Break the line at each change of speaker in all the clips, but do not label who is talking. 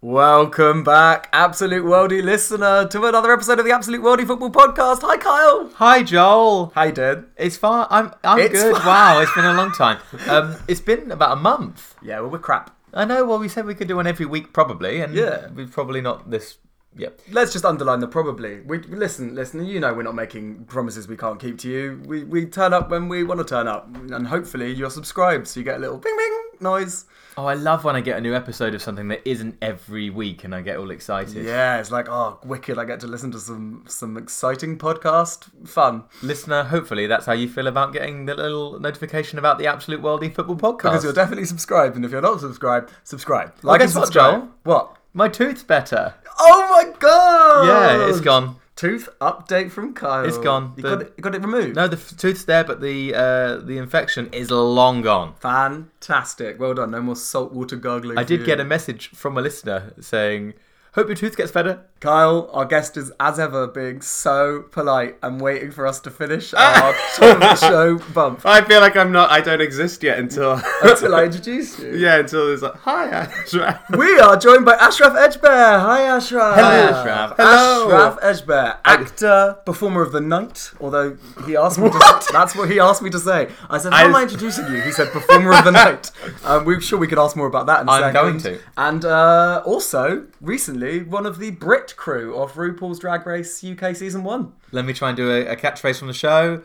Welcome back, Absolute Worldie listener, to another episode of the Absolute Worldie Football Podcast. Hi, Kyle.
Hi, Joel.
Hi, Dan.
It's fine. I'm I'm
It's
good.
fine.
Wow, it's been a long time. Um, it's been about a month.
Yeah, well, we're crap.
I know. Well, we said we could do one every week, probably, and
Yeah.
we've probably not this. Yep.
Let's just underline the probably. We listen, listen. You know, we're not making promises we can't keep to you. We we turn up when we want to turn up, and hopefully you're subscribed, so you get a little bing bing noise.
Oh, I love when I get a new episode of something that isn't every week, and I get all excited.
Yeah, it's like oh, wicked! I get to listen to some some exciting podcast fun
Listener, hopefully that's how you feel about getting the little notification about the Absolute Worldie Football Podcast.
because you're definitely subscribed, and if you're not subscribed, subscribe. Like
guess what,
subscribe.
Joel?
What?
My tooth's better.
Oh my god!
Yeah, it's gone.
Tooth update from Kyle.
It's gone.
You
The-
got it, you got it removed.
No, the f- tooth's there, but the uh, the infection is long gone.
Fantastic. Well done. No more saltwater gargling.
I did get a message from a listener saying, "Hope your tooth gets better."
Kyle, our guest is as ever being so polite and waiting for us to finish our top of the show bump
I feel like I'm not. I don't exist yet until.
until I introduce you.
yeah, until there's like, hi, Ashra.
We are joined by Ashraf Edgebear. Hi, Ashraf.
Hello, Ashraf.
Hello.
Ashraf Edgebear, actor, performer of the night. Although he asked me, to, that's what he asked me to say. I said, "How
I-
am I introducing you?" He said, "Performer of the night." Um, we're sure we could ask more about that. In a
I'm
second.
going to.
And uh, also, recently, one of the Brit crew of RuPaul's Drag Race UK season one,
Let me try and do a, a catchphrase from the show.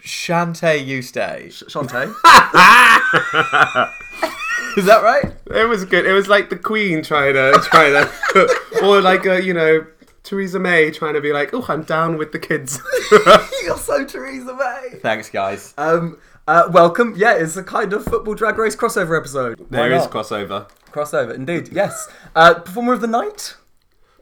Shantae, you stay.
Shantae.
Is that right?
It was good. It was like the Queen trying to trying to, or like a, you know Theresa May trying to be like, oh, I'm down with the kids.
You're so Theresa May.
Thanks, guys.
Um, uh, welcome. Yeah, it's a kind of football Drag Race crossover episode.
there
Why
is
not?
crossover.
crossover, indeed. Yes. Uh, performer of the night.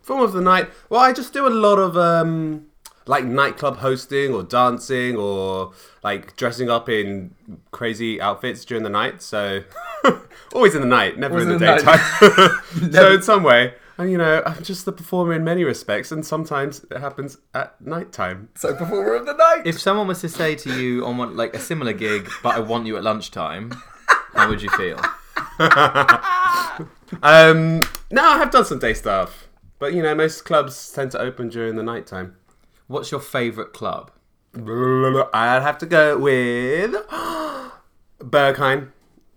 Film of the night. Well, I just do a lot of um like nightclub hosting or dancing or like dressing up in crazy outfits during the night. So always in the night, never
Always
in the,
in the night.
daytime. so in some way, and you know, I'm just the performer in many respects, and sometimes it happens at nighttime.
So performer of the night.
If someone was to say to you on one, like a similar gig, but I want you at lunchtime, how would you feel?
Um, no, I have done some day stuff, but you know, most clubs tend to open during the nighttime.
What's your favourite club?
I'd have to go with Bergheim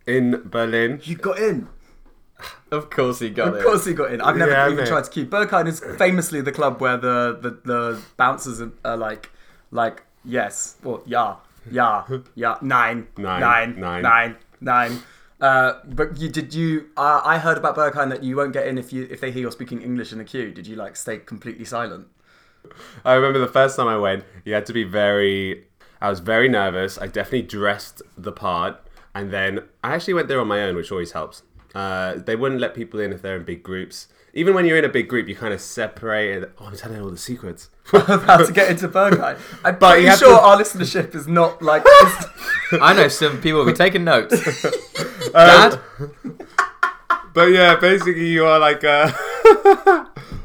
in Berlin.
you got in.
Of course he got
Of course he got in. I've never
Yeah,
even
mate.
tried to keep. Berghain is famously the club where the, the, the bouncers are, are like, like yes, well, yeah, yeah, yeah, nine,
Nine,
nine,
nine.
nine, nine. Uh, but you did you? Uh, I heard about Berghain that you won't get in if you if they hear you're speaking English in the queue. Did you like stay completely silent?
I remember the first time I went, you had to be very. I was very nervous. I definitely dressed the part, and then I actually went there on my own, which always helps. Uh, they wouldn't let people in if they're in big groups. Even when you're in a big group, you kind of separate. and- Oh, I'm telling all the secrets.
About to get into Berghain. I'm
But
pretty
you have
sure
to-
our listenership is not like. this.
I know some people will be taking notes.
Um,
Dad. but yeah, basically you are like uh,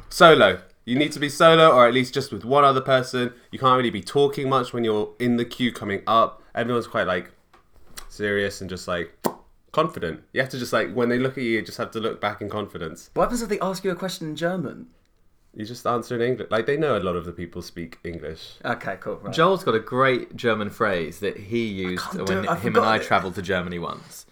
solo. You need to be solo, or at least just with one other person. You can't really be talking much when you're in the queue coming up. Everyone's quite like serious and just like confident. You have to just like when they look at you, you just have to look back in confidence.
what happens if they ask you a question in German?
You just answer in English. Like they know a lot of the people speak English.
Okay, cool. Right.
Joel's got a great German phrase that he used
can't do
when
it, I
him
forgot
and I
it.
travelled to Germany once,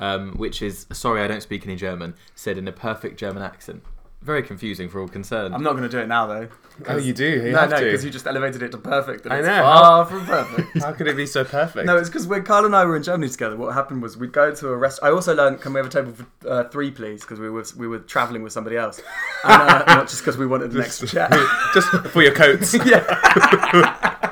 um, which is "Sorry, I don't speak any German," said in a perfect German accent. Very confusing for all concerned.
I'm not going to do it now though.
Oh, you do. You
No,
have
no,
to.
because you just elevated it to perfect. And
I
it's
know.
Far from perfect.
How could it be so perfect?
no, it's because when Carl and I were in Germany together, what happened was we'd go to a rest. I also learned, can we have a table for uh, three, please? Because we were we were traveling with somebody else, and, uh, not just because we wanted an extra chair.
just for your coats.
yeah.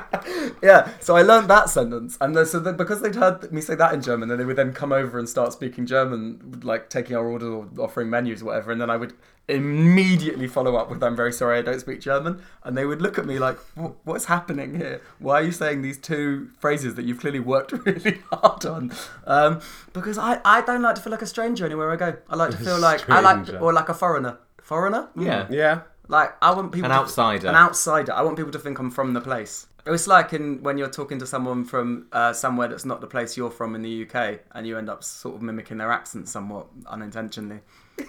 yeah. So I learned that sentence, and then, so then because they'd heard me say that in German, then they would then come over and start speaking German, like taking our order or offering menus or whatever, and then I would immediately follow up with "I'm very sorry, I don't speak German," and they would look at me like, "Wh- "What's happening here? Why are you saying these two phrases that you've clearly worked really hard on?" Um, because I I don't like to feel like a stranger anywhere I go. I like to feel like I like
Stranger.
or like a foreigner. Foreigner? Mm.
Yeah.
yeah.
Like I want people
An
to-
outsider.
an outsider. I want people to think I'm from the place. It's like in when you're talking to someone from uh, somewhere that's not the place you're from in the UK, and you end up sort of mimicking their accent somewhat unintentionally.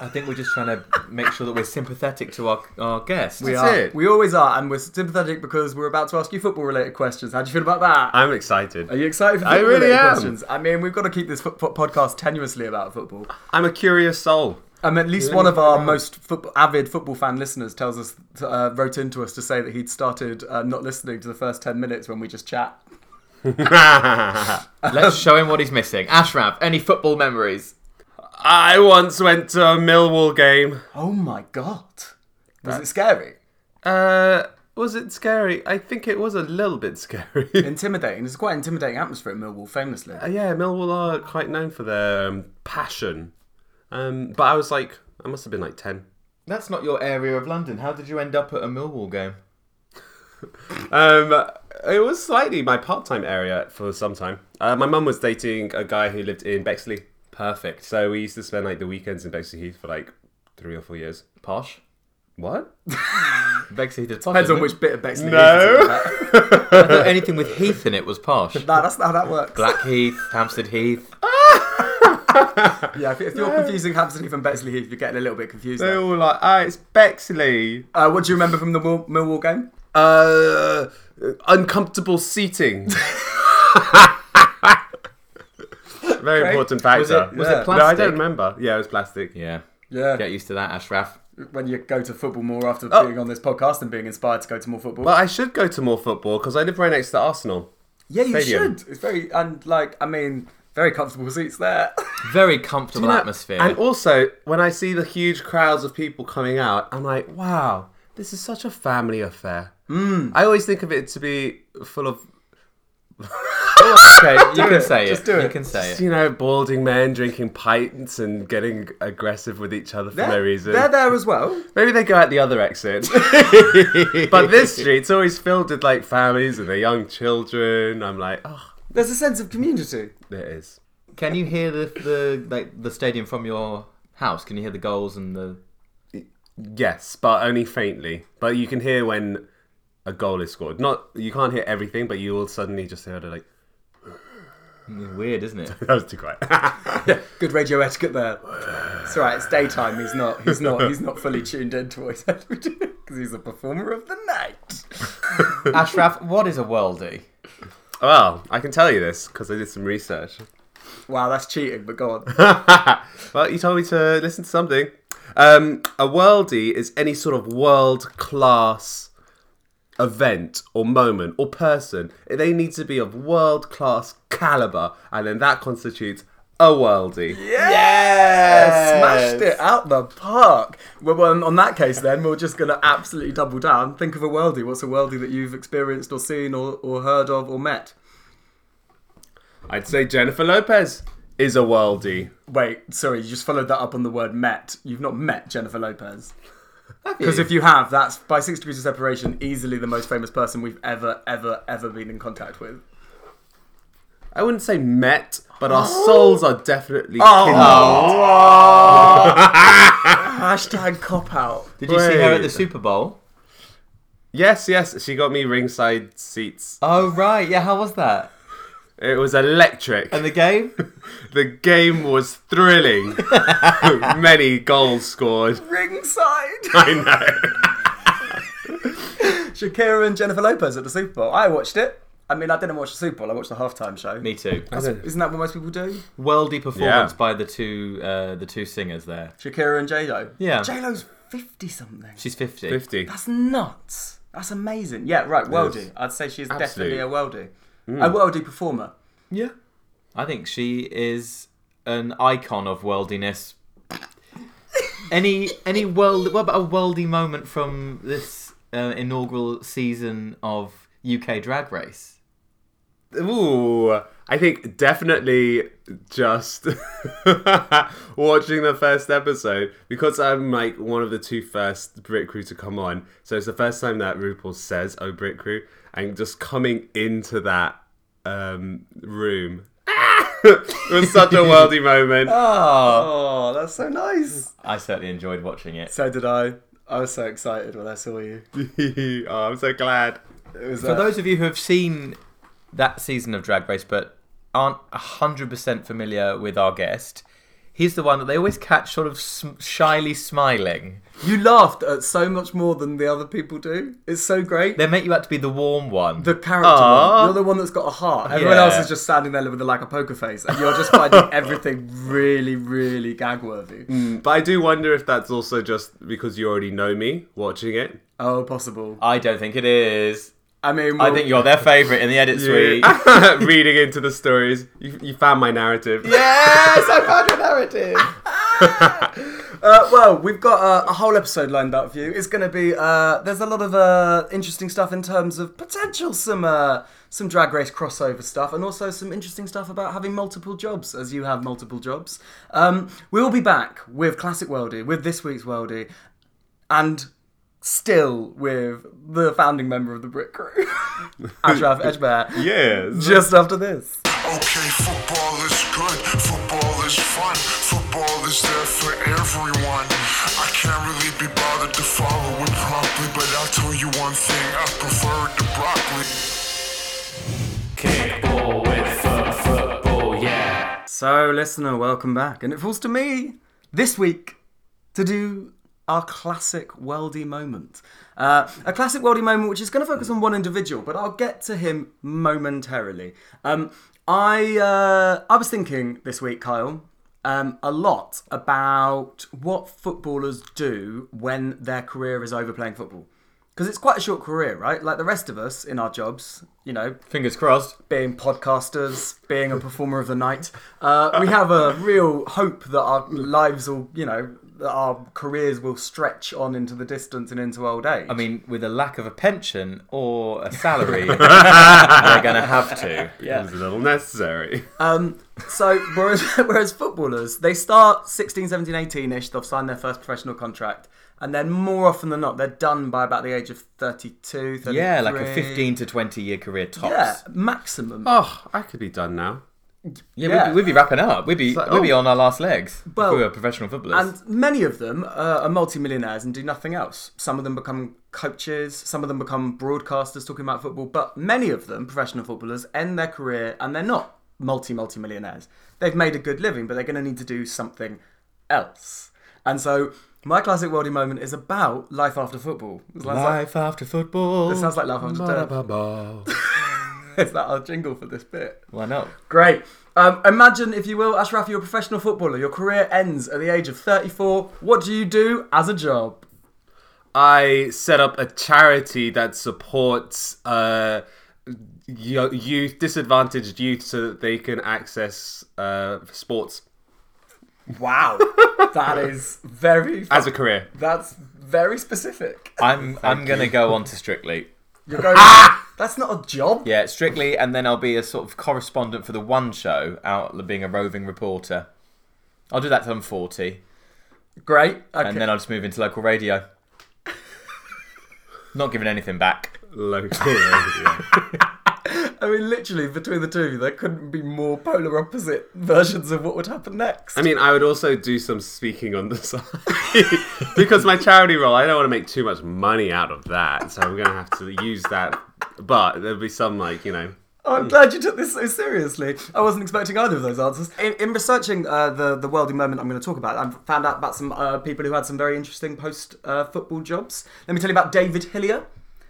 I think we're just trying to make sure that we're sympathetic to our, our guests.
We
That's
are.
it.
We always are, and we're sympathetic because we're about to ask you football-related questions. How do you feel about that?
I'm excited.
are you excited for
I
football-related
really am.
questions? I mean, we've got to keep this foot- foot- podcast tenuously about football.
I'm a curious soul.
Um, at least
Yeah,
one of
fair
our
enough.
most football, avid football fan listeners tells us, uh, wrote into us to say that he'd started uh, not listening to the first 10 minutes when we just chat.
I
Let's show him what he's missing. Ashraf, any football memories?
once went to a Millwall game.
Oh my god. Was it scary?
Uh, was it scary? I think it was a little bit scary.
Intimidating. It's quite an intimidating atmosphere at Millwall, famously.
Uh, yeah, Millwall are quite known for their um, passion. Um, but I was like, I must have been like 10.
That's not your area of London. How did you end up at a Millwall game?
Um, it was slightly my part time area for some time. Uh, my mum was dating a guy who lived in Bexley.
Perfect.
So we used to spend like the weekends in Bexley Heath for like three or four years.
Posh.
What?
Bexley did posh.
Depends on
isn't
which bit of Bexley
No.
Heath it's in.
it? I thought anything with Heath in it was posh.
Nah, that's not how that works.
Blackheath, Hampstead Heath.
Yeah, if, if you're confusing Hampstead Heath and Bexley Heath, you're getting a little bit confused.
They
there.
were all like, ah, it's Bexley.
Uh, what do you remember from the Will- Millwall game?
Uh, uncomfortable seating. Very important factor.
Was it, was
Yeah.
it
no, I
plastic?
don't remember. Yeah, it was plastic.
Yeah.
Yeah.
Get used to that, Ashraf.
When you go to football more after being on this podcast and being inspired to go to more football.
But I should go to more football because I live right next to Arsenal.
yeah, you
stadium.
should. It's very, and like, I mean, very comfortable seats there.
Very comfortable atmosphere.
And also, when I see the huge crowds of people coming out, I'm like, wow, this is such a family affair.
Hmm.
Mm. I always think of it to be full of,
okay, you can say it.
Just do
You
it.
can say it.
you know, balding men drinking pints and getting aggressive with each other for no reason.
They're there as well.
Maybe they go out the other exit. but this street's always filled with like families and their young children. I'm like, oh,
There's a sense of community.
there it is.
Can you hear the, the like the stadium from your house? Can you hear the goals and the
Yes, but only faintly. But you can hear when a goal is scored. Not you can't hear everything, but you will suddenly just hear it like
weird, isn't it?
that was too quiet.
Good radio etiquette there. It's alright, it's daytime, he's not he's not he's not fully tuned into what he said we do because he's a performer of the night.
Ashraf, what is a worldie?
well, I can tell you this because I did some research.
Wow, that's cheating, but go on.
well, you told me to listen to something. Um, a worldie is any sort of world class event or moment or person. They need to be of world class caliber, and then that constitutes a worldie.
Smashed it out the park. Well, well, on that case, then we're just going to absolutely double down. Think of a worldie. What's a worldie that you've experienced or seen or, or heard of or met?
I'd say Jennifer Lopez is a worldie.
Wait, sorry, you just followed that up on the word met. You've not met Jennifer Lopez. Because
you?
if you have, that's by six degrees of separation, easily the most famous person we've ever, ever, ever been in contact with.
I wouldn't say met, but our souls are definitely kindled.
Hashtag cop out.
Did you see her at the
Wait.
Super Bowl?
Yes, yes, she got me ringside seats.
Oh right, yeah. How was that?
It was electric.
And the game?
The game was thrilling. Many goals scored.
Ringside.
I know.
Shakira and Jennifer Lopez at the Super Bowl. I watched it. I mean, I didn't watch the Super Bowl. I watched the halftime show.
Me too.
Isn't that what most people do?
Worldy performance
Yeah.
by the two uh, the two singers there.
Shakira and J Lo.
Yeah.
J Lo's fifty something.
She's fifty.
50.
That's nuts. That's amazing. Yeah, right. Worldie.
is.
I'd say she's
Absolute.
definitely a worldie. A
Mm.
worldie performer.
Yeah. I think she is an icon of worldiness. any any world what about a worldy moment from this uh, inaugural season of UK Drag Race?
Ooh. I think definitely just watching the first episode because I'm like one of the two first Brit crew to come on. So it's the first time that RuPaul says, Oh, Brit crew. And just coming into that um, room. it was such a worldy moment.
Oh,
Oh, that's so nice.
Mm. I certainly enjoyed watching it.
So did I. I was so excited when I saw you.
oh, I'm so glad.
It was,
For
uh,
those of you who have seen that season of Drag Race but aren't 100% familiar with our guest, he's the one that they always catch sort of sm- shyly smiling.
you laughed at so much more than the other people do. It's so great.
They make you out to be the warm one.
the character
Aw.
one. You're the one that's got a heart. Everyone
Yeah.
else is just standing there with a like a poker face, and you're just finding everything really, really gag worthy.
Mm.
But I do wonder if that's also just because you already know me watching it.
Oh, possible.
I don't think it is.
I mean,
I
well,
think you're their favourite in the edit suite.
Reading into the stories, you, you found my narrative.
yes, I found your narrative.
Uh, well, we've got uh, a whole episode lined up for you. It's going to be uh, there's a lot of uh, interesting stuff in terms of potential some uh, some drag race crossover stuff, and also some interesting stuff about having multiple jobs, as you have multiple jobs. Um, we'll be back with classic Worldy, with this week's Worldy, and still with the founding member of the Brit Crew, Ashraf Edgebear,
Yes.
just after this.
Okay, football is good, football is fun, football is there for everyone. I can't really be bothered to follow it promptly, but I'll tell you one thing, I prefer it to broccoli.
Kickball with foot, football, Oh, yeah.
So, listener, welcome back. And it falls to me this week to do our classic worldy moment. Uh, a classic worldy moment which is going to focus on one individual, but I'll get to him momentarily. Um, I, uh, I was thinking this week, Kyle, um, a lot about what footballers do when their career is over playing football. Because it's quite a short career, right? Like the rest of us in our jobs, you know,
Fingers crossed.
being podcasters, being a performer of the night, uh, we have a real hope that our lives will, you know, that our careers will stretch on into the distance and into old age.
I mean, with a lack of a pension or a salary, they're going to have to.
It was a little necessary.
so whereas, whereas footballers, they start 16, 17, 18-ish, they'll sign their first professional contract, and then more often than not, they're done by about the age of 32, 33.
Yeah, like a 15 to 20 year career tops.
Yeah, maximum.
oh, I could be done now.
Yeah,
Yeah.
We'd, be, we'd be wrapping up. We'd be
like,
we'd be
oh.
on our last legs.
Well,
if we were professional footballers.
And many of them uh, are multimillionaires and do nothing else. Some of them become coaches, some of them become broadcasters talking about football, but many of them, professional footballers, end their career and they're not multi multi millionaires. They've made a good living, but they're going to need to do something else. And so, my classic worldy moment is about life after football. It sounds like-
Life after football.
it sounds like life after death.
Ba-da-ba-ba.
Is that our jingle for this bit?
Why not?
Great. Um, imagine, if you will, Ashraf, you're a professional footballer. Your career ends at the age of 34. What do you do as a job?
I set up a charity that supports uh, yo- youth, disadvantaged youth, so that they can access uh, sports
Wow, that is very.
as a career.
that's very specific.
I'm I'm gonna go on to Strictly.
You're going. that's not a job.
Ah! Yeah, Strictly, and then I'll be a sort of correspondent for the One Show, out being a roving reporter. I'll do that till I'm 40,
Great. Okay.
and then I'll just move into local radio. not giving anything back.
Local. radio.
I mean, literally, between the two of you, there couldn't be more polar opposite versions of what would happen next.
I mean, I would also do some speaking on the side because my charity role. I don't want to make too much money out of that, so I'm gonna have to use that. But there'll be some like you know.
I'm glad you took this so seriously. I wasn't expecting either of those answers. In, in researching uh, the the worldly moment I'm going to talk about, I found out about some uh, people who had some very interesting post uh, football jobs. Let me tell you about David Hillier.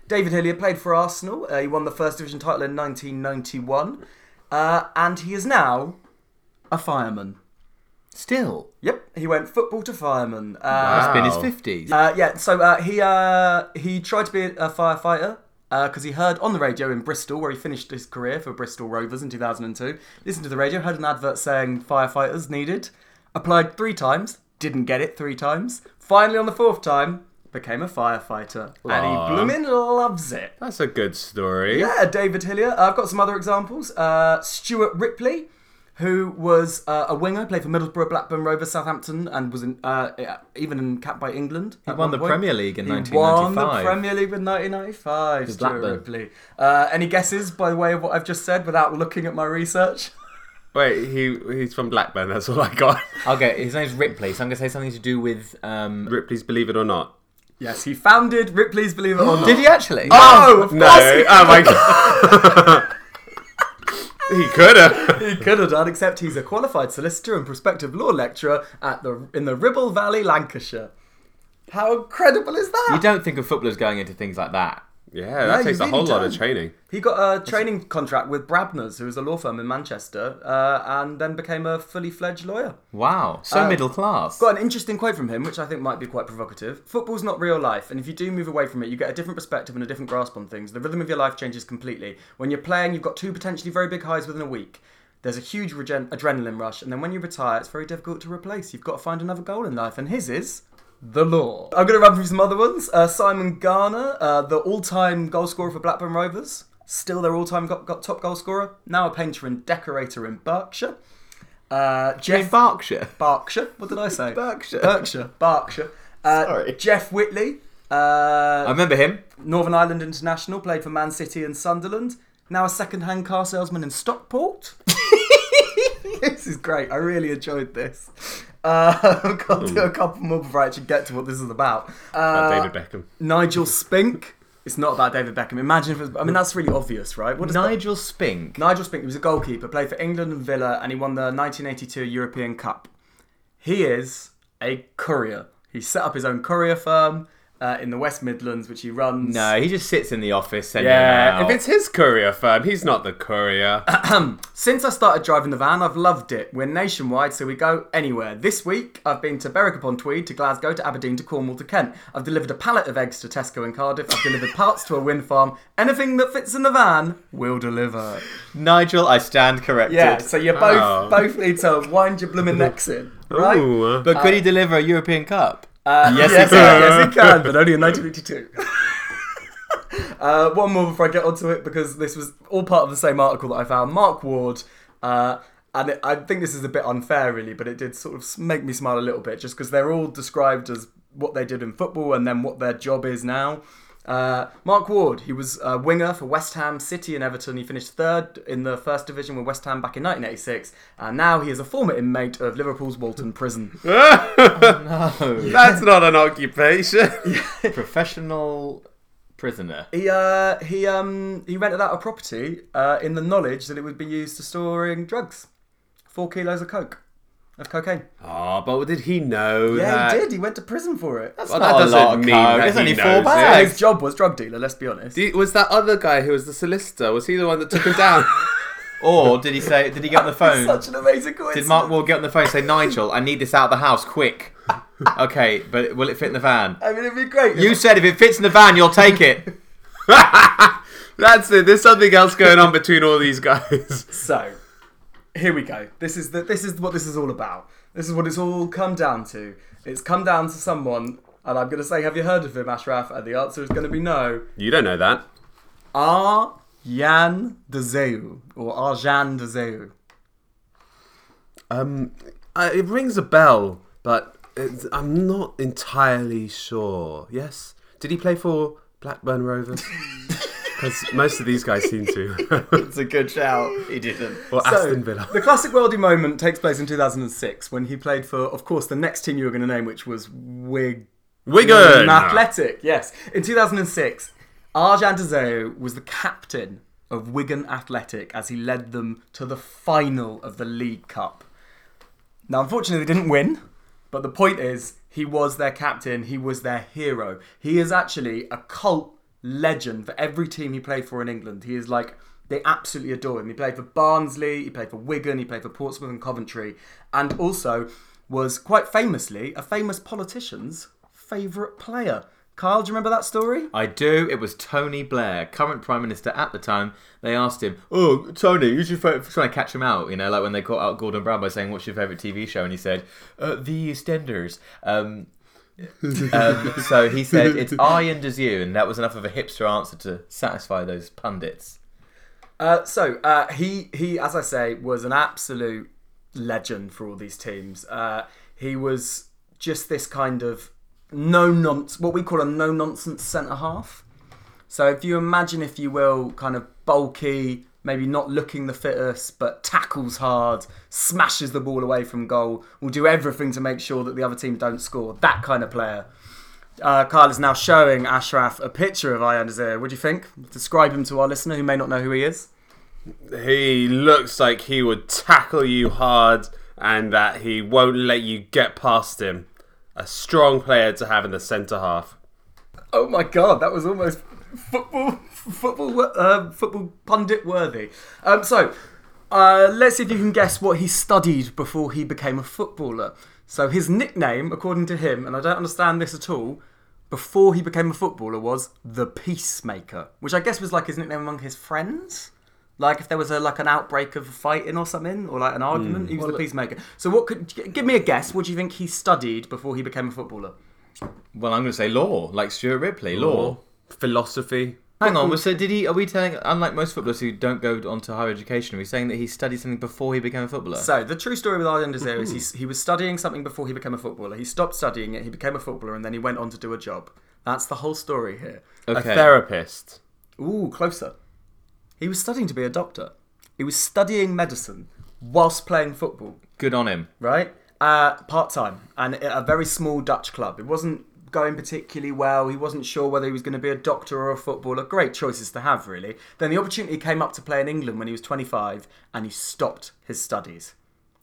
David Hillier played for Arsenal. Uh, he won the first division title in 1991, uh, and he is now a fireman.
Still, Oh.
Yep, he went football to fireman. Uh,
it's been his
Wow.
50s.
uh, yeah, so uh, he uh, he tried to be a firefighter because he heard on the radio in Bristol, where he finished his career for Bristol Rovers in 2002. Listened to the radio, heard an advert saying firefighters needed, applied three times, didn't get it three times. Finally, on the fourth time, became a firefighter,
Aw.
and he bloomin' loves it.
That's a good story.
Yeah, David Hillier. Uh, I've got some other examples. Uh, Stuart Ripley, who was uh, a winger, played for Middlesbrough, Blackburn Rovers, Southampton, and was in, uh, uh, even in capped by England. He
won the Premier League in
He won the
1995.
Premier League in 1995. Stuart
Blackburn.
Ripley. Uh, any guesses by the way of what I've just said without looking at my research?
Wait, he he's from Blackburn. That's all I got.
Okay, his name's Ripley, so I'm gonna say something to do with um,
Ripley's Believe It or Not.
Yes, he founded Ripley's Believe It or Not.
Did he actually?
Oh, of
No.
course he-
Oh my god. he could have.
He could have done, except he's a qualified solicitor and prospective law lecturer at the in the Ribble Valley, Lancashire. How incredible is that?
You don't think of footballers going into things like that.
Yeah,
No,
that
you
takes a
really
whole lot of
don't.
training.
He got a training contract with Brabner's, who is a law firm in Manchester, uh, and then became a fully fledged lawyer.
Wow, so middle class.
Got an interesting quote from him, which I think might be quite provocative. Football's not real life, and if you do move away from it, you get a different perspective and a different grasp on things. The rhythm of your life changes completely. When you're playing, you've got two potentially very big highs within a week. There's a huge regen- adrenaline rush, and then when you retire, it's very difficult to replace. You've got to find another goal in life, and his is the law. I'm going to run through some other ones. Uh, Simon Garner, uh, the all-time goal scorer for Blackburn Rovers, still their all-time go- go- top goal scorer. Now a painter and decorator in Berkshire. Uh,
in
Jeff
Berkshire.
Berkshire. What did I say?
Berkshire.
Berkshire. Berkshire. Uh,
Sorry.
Jeff Whitley, uh,
I remember him.
Northern Ireland international, played for Man City and Sunderland. Now a second-hand car salesman in Stockport. this is great. I really enjoyed this. Uh, I've got to
Hmm.
do a couple more before I actually get to what this is about. Uh,
David Beckham.
Nigel Spink. It's not about David Beckham. Imagine if it was, I mean, that's really obvious, right? What does that-
Hmm. Nigel Spink.
Nigel Spink, he was a goalkeeper, played for England and Villa, and he won the 1982 European Cup. He is a courier. He set up his own courier firm uh, in the West Midlands, which he runs.
No, Uh, he just sits in the office sending them
Yeah,
out.
if it's his courier firm, he's not the courier.
Since I started driving the van, I've loved it. We're nationwide, so we go anywhere. This week, I've been to Berwick upon Tweed, to Glasgow, to Aberdeen, to Cornwall, to Kent. I've delivered a pallet of eggs to Tesco in Cardiff. I've delivered parts to a wind farm. Anything that fits in the van will deliver.
Nigel, I stand corrected.
Yeah, so you both
Oh.
both need to wind your blooming necks in, right?
Ooh, uh,
but could he deliver a European Cup?
Uh, yes,
he can.
yes, he can, but only in 1982. uh, one more before I get onto it because this was all part of the same article that I found. Mark Ward, uh, and it, I think this is a bit unfair, really, but it did sort of s- make me smile a little bit just because they're all described as what they did in football and then what their job is now. Uh, Mark Ward, he was a winger for West Ham, City, and Everton. He finished third in the first division with West Ham back in 1986, and now he is a former inmate of Liverpool's Walton Prison.
that's not an occupation. Oh,
Professional prisoner.
He uh he um he rented out a property uh in the knowledge that it would be used to storing drugs, four kilos of coke, of cocaine.
oh, but did he know
Yeah,
that?
he did. He went to prison for it.
Well,
that doesn't mean that
It's
he
only
knows
four
it.
And his
bags.
job was drug dealer. Let's be honest.
He- Was that other guy who was the solicitor? Was he the one that took him down?
Or did he say? Did he get on the
It's
phone?
Such an amazing
Did
coincidence.
Mark Wall get on the phone and say, Nigel, I need this out of the house, quick? okay, but will it fit in the van?
I mean, it'd be great.
You said if it fits in the van, you'll take it.
That's it. There's something else going on between all these guys.
So, here we go. This is the, this is what this is all about. This is what it's all come down to. It's come down to someone, and I'm going to say, have you heard of him, Ashraf? And the answer is going to be no.
You don't know that.
Arjan de Zeeuw or Arjan de Zeeuw.
Um, uh, it rings a bell, but it's, I'm not entirely sure. Yes, did he play for Blackburn Rovers? Because most of these guys seem to.
It's a good shout. He didn't.
or
So,
Aston Villa.
The classic worldy moment takes place in 2006 when he played for, of course, the next team you were going to name, which was Wigan
Wigan.
Athletic. Yes, in 2006, Arjan Dezeo was the captain of Wigan Athletic as he led them to the final of the League Cup. Now, unfortunately, they didn't win, but the point is, he was their captain. He was their hero. He is actually a cult legend for every team he played for in England. He is like they absolutely adore him. He played for Barnsley, he played for Wigan, he played for Portsmouth and Coventry, and also was quite famously a famous politician's favourite player. Kyle, do you remember that story?
I do. It was Tony Blair, current Prime Minister at the time. They asked him, Oh, Tony, who's your favourite? Trying to catch him out, you know, like when they caught out Gordon Brown by saying, What's your favourite TV show? And he said, uh, The EastEnders. Um, um, so he said, It's I and as you. And that was enough of a hipster answer to satisfy those pundits.
Uh, so uh, he he, as I say, was an absolute legend for all these teams. Uh, he was just this kind of no nonsense, what we call a no nonsense centre half. So if you imagine, if you will, kind of bulky, maybe not looking the fittest, but tackles hard, smashes the ball away from goal, will do everything to make sure that the other team don't score. That kind of player. Uh, Carl is now showing Ashraf a picture of Ayan Azir. What do you think? Describe him to our listener who may not know who he is.
He looks like he would tackle you hard and that he won't let you get past him. A strong player to have in the centre half.
Oh my god, that was almost football football wo- uh, football pundit worthy. Um, so uh, let's see if you can guess what he studied before he became a footballer. So his nickname, according to him, and I don't understand this at all, before he became a footballer was the peacemaker, which I guess was like his nickname among his friends. Like if there was a like an outbreak of fighting or something, or like an argument, he was the peacemaker. So what could g- give me a guess? What do you think he studied before he became a footballer?
Well, I'm going to say law, like Stuart Ripley, law.
Philosophy.
Hang on. So did he? Are we telling? Unlike most footballers who don't go on to higher education, are we saying that he studied something before he became a footballer?
So the true story with Islander Zero is he, he was studying something before he became a footballer. He stopped studying it, he became a footballer, and then he went on to do a job. That's the whole story here.
A therapist.
Ooh, closer. He was studying to be a doctor. He was studying medicine whilst playing football,
Good on him.
right? Uh, Part time and at a very small Dutch club. It wasn't going particularly well. He wasn't sure whether he was going to be a doctor or a footballer. Great choices to have, really. Then the opportunity came up to play in England when he was 25, and he stopped his studies.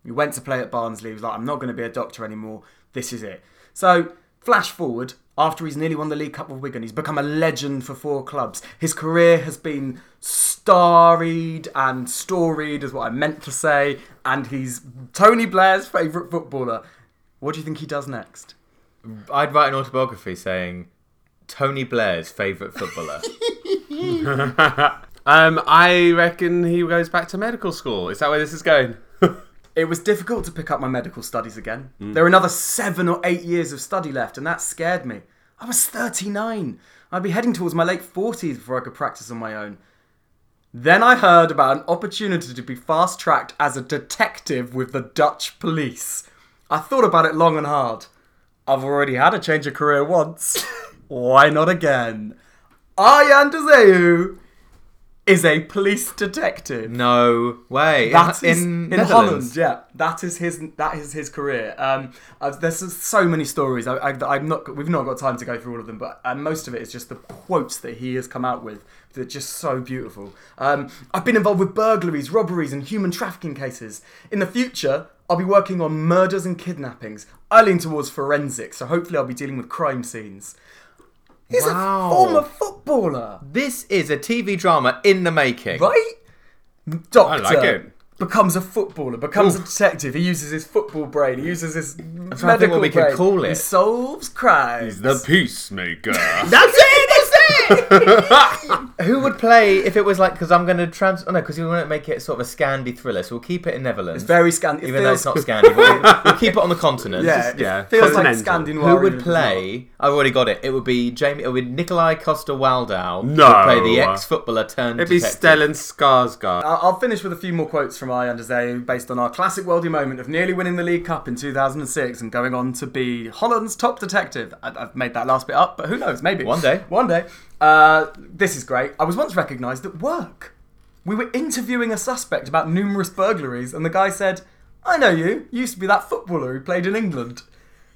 He went to play at Barnsley. He was like, I'm not going to be a doctor anymore. This is it. So, flash forward, after he's nearly won the League Cup with Wigan, he's become a legend for four clubs. His career has been starried and storied, is what I meant to say, and he's Tony Blair's favourite footballer. What do you think he does next?
I'd write an autobiography saying Tony Blair's favourite footballer.
Um, I reckon he goes back to medical school. Is that where this is going?
It was difficult to pick up my medical studies again. There are another seven or eight years of study left, and that scared me. I was 39. I'd be heading towards my late 40s before I could practice on my own. Then I heard about an opportunity to be fast tracked as a detective with the Dutch police. I thought about it long and hard. I've already had a change of career once. Why not again? Arjan Dezeu is a police detective.
no way.
That's
in,
his-
in,
in Holland.
Netherlands.
Yeah, that is his. That is his career. Um, I've, there's just so many stories. I, I, that I'm not. We've not got time to go through all of them, but uh, most of it is just the quotes that he has come out with. They're just so beautiful. Um, I've been involved with burglaries, robberies, and human trafficking cases. In the future, I'll be working on murders and kidnappings. I lean towards forensics, so hopefully, I'll be dealing with crime scenes. He's
Wow.
a former footballer,
This is a TV drama in the making.
right? Doctor
I like it.
becomes a footballer, becomes a detective. He uses his football brain. He uses his
to think
medical
what we can
brain.
call
He
it.
solves crimes.
The peacemaker.
That's it. That's it.
Who would play if it was like? Because I'm going to trans. Oh no, because we want to make it sort of a Scandi thriller. So we'll keep it in Netherlands.
Very Scandi.
even though it's not Scandi, but we'll, we'll keep it on the continent.
Yeah, it
yeah,
feels like
continental.
Scandinavian.
Who would play? I've already got it. It would be Jamie. It would be Nikolai Costa Waldau.
No.
play the ex-footballer turned.
It'd be
detective.
Stellan Skarsgård.
I- I'll finish with a few more quotes from I Zeu based on our classic worldy moment of nearly winning the League Cup in 2006 and going on to be Holland's top detective. I- I've made that last bit up, but who knows? Maybe.
One day.
One day. Uh, this is great. I was once recognised at work. We were interviewing a suspect about numerous burglaries, and the guy said, I know you. You used to be that footballer who played in England.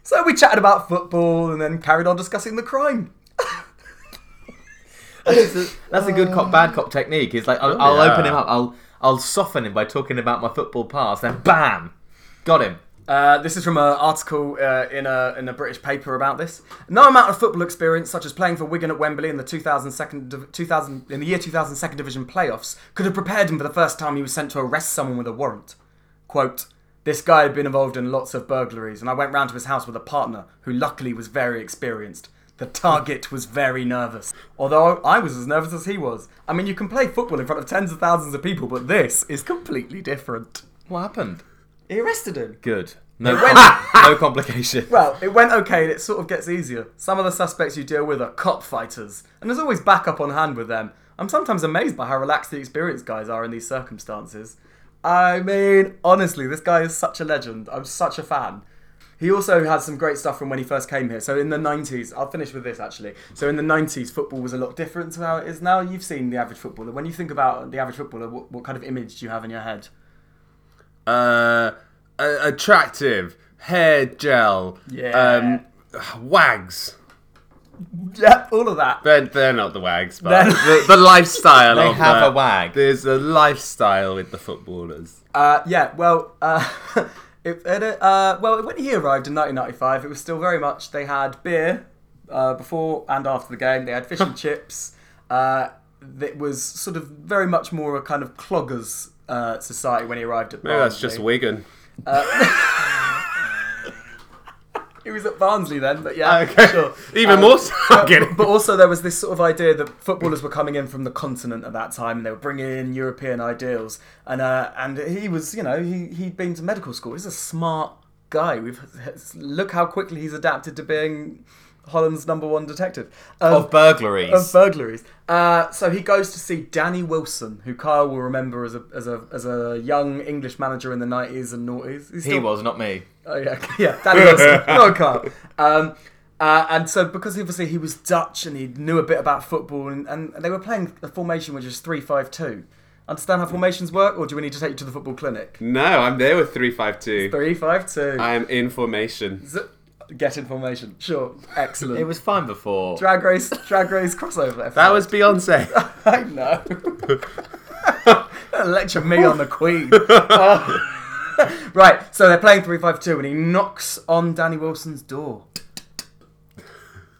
So we chatted about football and then carried on discussing the crime.
That's a good cop, bad cop technique. It's like I'll, I'll open him up. I'll I'll soften him by talking about my football past. Then bam, got him.
Uh, this is from an article uh, in, a, in a British paper about this. No amount of football experience, such as playing for Wigan at Wembley in the 2002nd, div- 2000, in the year 2000 second division playoffs, could have prepared him for the first time he was sent to arrest someone with a warrant. Quote, this guy had been involved in lots of burglaries, and I went round to his house with a partner who luckily was very experienced. The target was very nervous. Although I was as nervous as he was. I mean, you can play football in front of tens of thousands of people, but this is completely different.
What happened?
He arrested him.
Good. No, com- no complication.
Well, it went okay and it sort of gets easier. Some of the suspects you deal with are cop fighters, and there's always backup on hand with them. I'm sometimes amazed by how relaxed the experienced guys are in these circumstances. I mean, honestly, this guy is such a legend. I'm such a fan. He also had some great stuff from when he first came here. So in the 90s, I'll finish with this actually. So in the 90s, football was a lot different to how it is now. You've seen the average footballer. When you think about the average footballer, what, what kind of image do you have in your head?
Uh, uh, attractive. Hair gel.
Yeah.
Um, wags.
Yep, all of that.
They're, they're not the wags, but
They're-
the, the lifestyle
They
of
have
the-
a wag.
There's a lifestyle with the footballers.
Uh, yeah, well, uh, it, it, uh, well, when he arrived in 1995, it was still very much they had beer uh, before and after the game. They had fish and chips. Uh, it was sort of very much more a kind of cloggers uh, society when he arrived at.
Maybe that's
Barnsley.
just Wigan.
He was at Barnsley then, but yeah, sure.
Even
Um,
more so. I'm kidding.
But, but also, there was this sort of idea that footballers were coming in from the continent at that time, and they were bringing in European ideals. And uh, and he was, you know, he he'd been to medical school. He's a smart guy. We've look how quickly he's adapted to being Holland's number one detective Um,
of burglaries.
of burglaries. Uh, so he goes to see Danny Wilson, who Kyle will remember as a as a as a young English manager in the nineties and noughties. He's
he
still-
was, not me.
Oh yeah, yeah, Danny Wilson, not Carl. Um, uh, and so because obviously he was Dutch and he knew a bit about football, and, and they were playing a formation which is three five two. Understand how formations work, or do we need to take you to the football clinic?
No, I'm there with 352.
Three five two.
I am in formation.
Z- Get in formation. Sure, excellent.
It was fine before.
drag race, drag race crossover.
That was Beyonce.
I know. Lecture me on the Queen. Uh, right, so they're playing 352 and he knocks on Danny Wilson's door.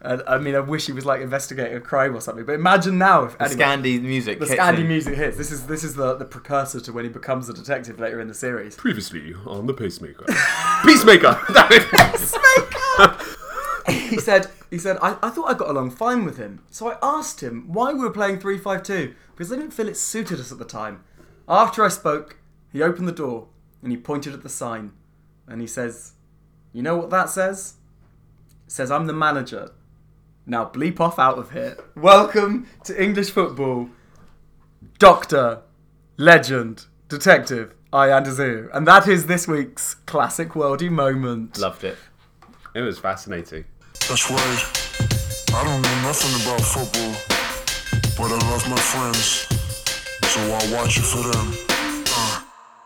And, I mean, I wish he was like investigating a crime or something, but imagine now if
The
anyway,
Scandi music.
the
hits
Scandi
him.
music hits. This is this is the, the precursor to when he becomes a detective later in the series.
Previously on the pacemaker. Peacemaker. Damn it.
he said he said I, I thought I got along fine with him. So I asked him why we were playing 352 because I didn't feel it suited us at the time. After I spoke, he opened the door and he pointed at the sign and he says, "You know what that says? It says I'm the manager. Now bleep off out of here. Welcome to English football. Doctor, legend, detective, I Andazu. And that is this week's classic worldy moment.
Loved it.
It was fascinating.
That's right. I don't know nothing about football, but I love my friends, so I'll watch it for them. Uh.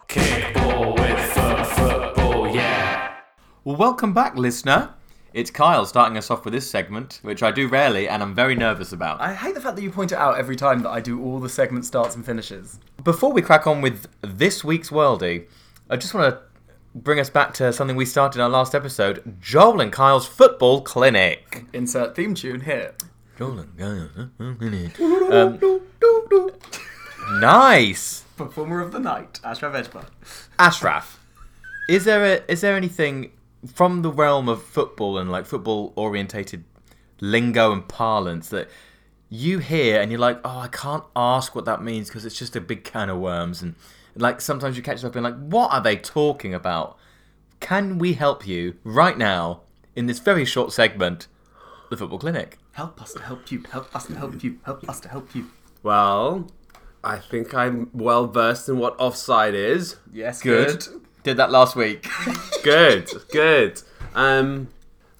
Kickball with foot, football, yeah.
Well, welcome back, listener. It's Kyle starting us off with this segment, which I do rarely and I'm very nervous about.
I hate the fact that you point it out every time that I do all the segment starts and finishes.
Before we crack on with this week's Worldie, I just want to bring us back to something we started in our last episode Joel and Kyle's Football Clinic.
Insert theme tune here.
Joel and Kyle's Football Clinic. Um, nice!
Performer of the night, Ashraf Ejbar.
Ashraf, is there a, is there anything from the realm of football and like football orientated lingo and parlance that you hear and you're like, oh, I can't ask what that means because it's just a big can of worms, and like sometimes you catch yourself being like, what are they talking about? Can we help you right now in this very short segment, the football clinic?
Help us to help you. Help us to help you. Help us to help you.
Well, I think I'm well versed in what offside is.
Yes,
Did that last week.
Good, good. Um,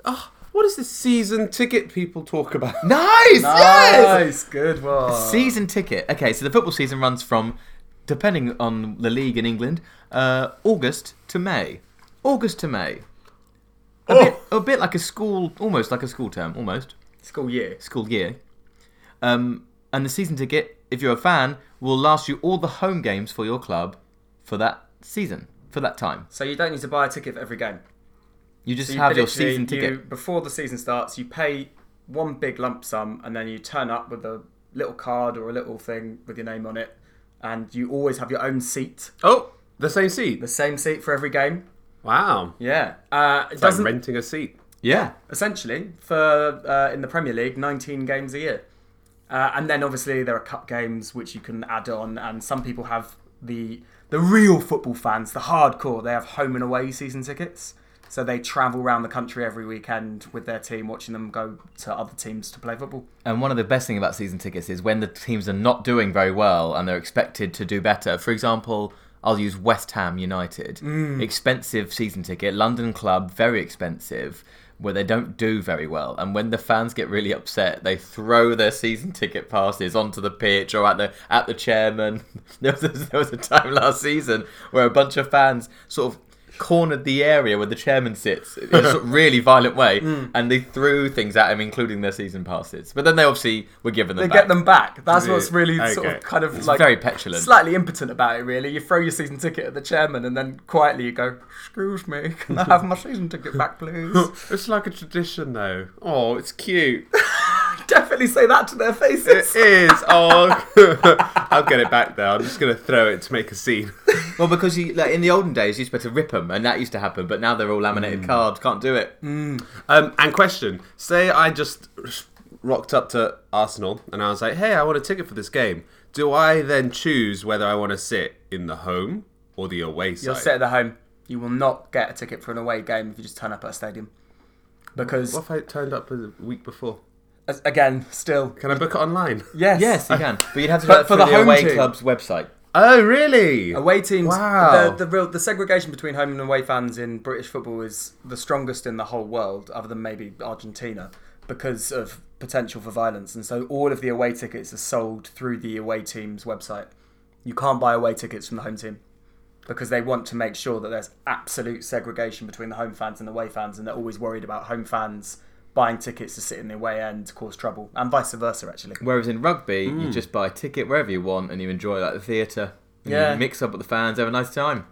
oh, what is the season ticket people talk about?
nice. Yes.
Nice, good one.
Season ticket. Okay, so the football season runs from, depending on the league in England, uh, August to May. August to May. A,
Oh.
bit, a bit like a school, almost like a school term, almost
School year.
school year. Um, and the season ticket, if you're a fan, will last you all the home games for your club for that season, for that time.
So you don't need to buy a ticket for every game.
You just
So you
have your
literally-
season ticket.
you- before the season starts, you pay one big lump sum and then you turn up with a little card or a little thing with your name on it. And you always have your own seat.
Oh, the same seat.
The same seat for every game.
Wow.
Yeah. Uh, it
It's like
doesn't
renting a seat.
Yeah.
essentially for uh, in the Premier League, 19 games a year, uh, and then obviously there are cup games which you can add on, and some people have the the real football fans, the hardcore. They have home and away season tickets, so they travel around the country every weekend with their team, watching them go to other teams to play football.
And one of the best thing about season tickets is when the teams are not doing very well and they're expected to do better. For example, I'll use West Ham United. Expensive season ticket, London club, very expensive, where they don't do very well. And when the fans get really upset, they throw their season ticket passes onto the pitch or at the at the chairman. There was, there was a time last season where a bunch of fans sort of cornered the area where the chairman sits in a sort of really violent way,
Mm.
and they threw things at him, including their season passes. But then they obviously were given them
They
back.
get them back. That's what's really sort
Okay.
of kind of like
very petulant.
slightly impotent about it. Really, you throw your season ticket at the chairman, and then quietly you go, "Excuse me, can I have my season ticket back, please?"
It's like a tradition, though. Oh, it's cute.
Definitely say that to their
It
faces.
is. Oh, I'll get it back there. I'm just gonna throw it to make a scene.
Well, because you, like, in the olden days, you used to be able to rip them, and that used to happen. But now they're all laminated cards. Can't do it.
Mm.
Um, and question: Say I just rocked up to Arsenal and I was like, "Hey, I want a ticket for this game." Do I then choose whether I want to sit in the home or the away side?
You'll sit at the home. You will not get a ticket for an away game if you just turn up at a stadium, because
What if I turned up the week before?
as- again, still
Can I book it online?
yes,
Yes, you can, but you'd have to
But
do it
for
for
the
the,
home
away
team.
club's website.
Oh, really?
Away teams,
Wow.
the, the real the segregation between home and away fans in British football is the strongest in the whole world, other than maybe Argentina, because of potential for violence. And so all of the away tickets are sold through the away team's website. You can't buy away tickets from the home team because they want to make sure that there's absolute segregation between the home fans and the away fans, and they're always worried about home fans buying tickets to sit in the away end cause trouble, and vice versa. Actually,
Whereas in rugby,
Mm.
you just buy a ticket wherever you want, and you enjoy like the theatre. and you
Yeah.
mix up with the fans, have a nice time.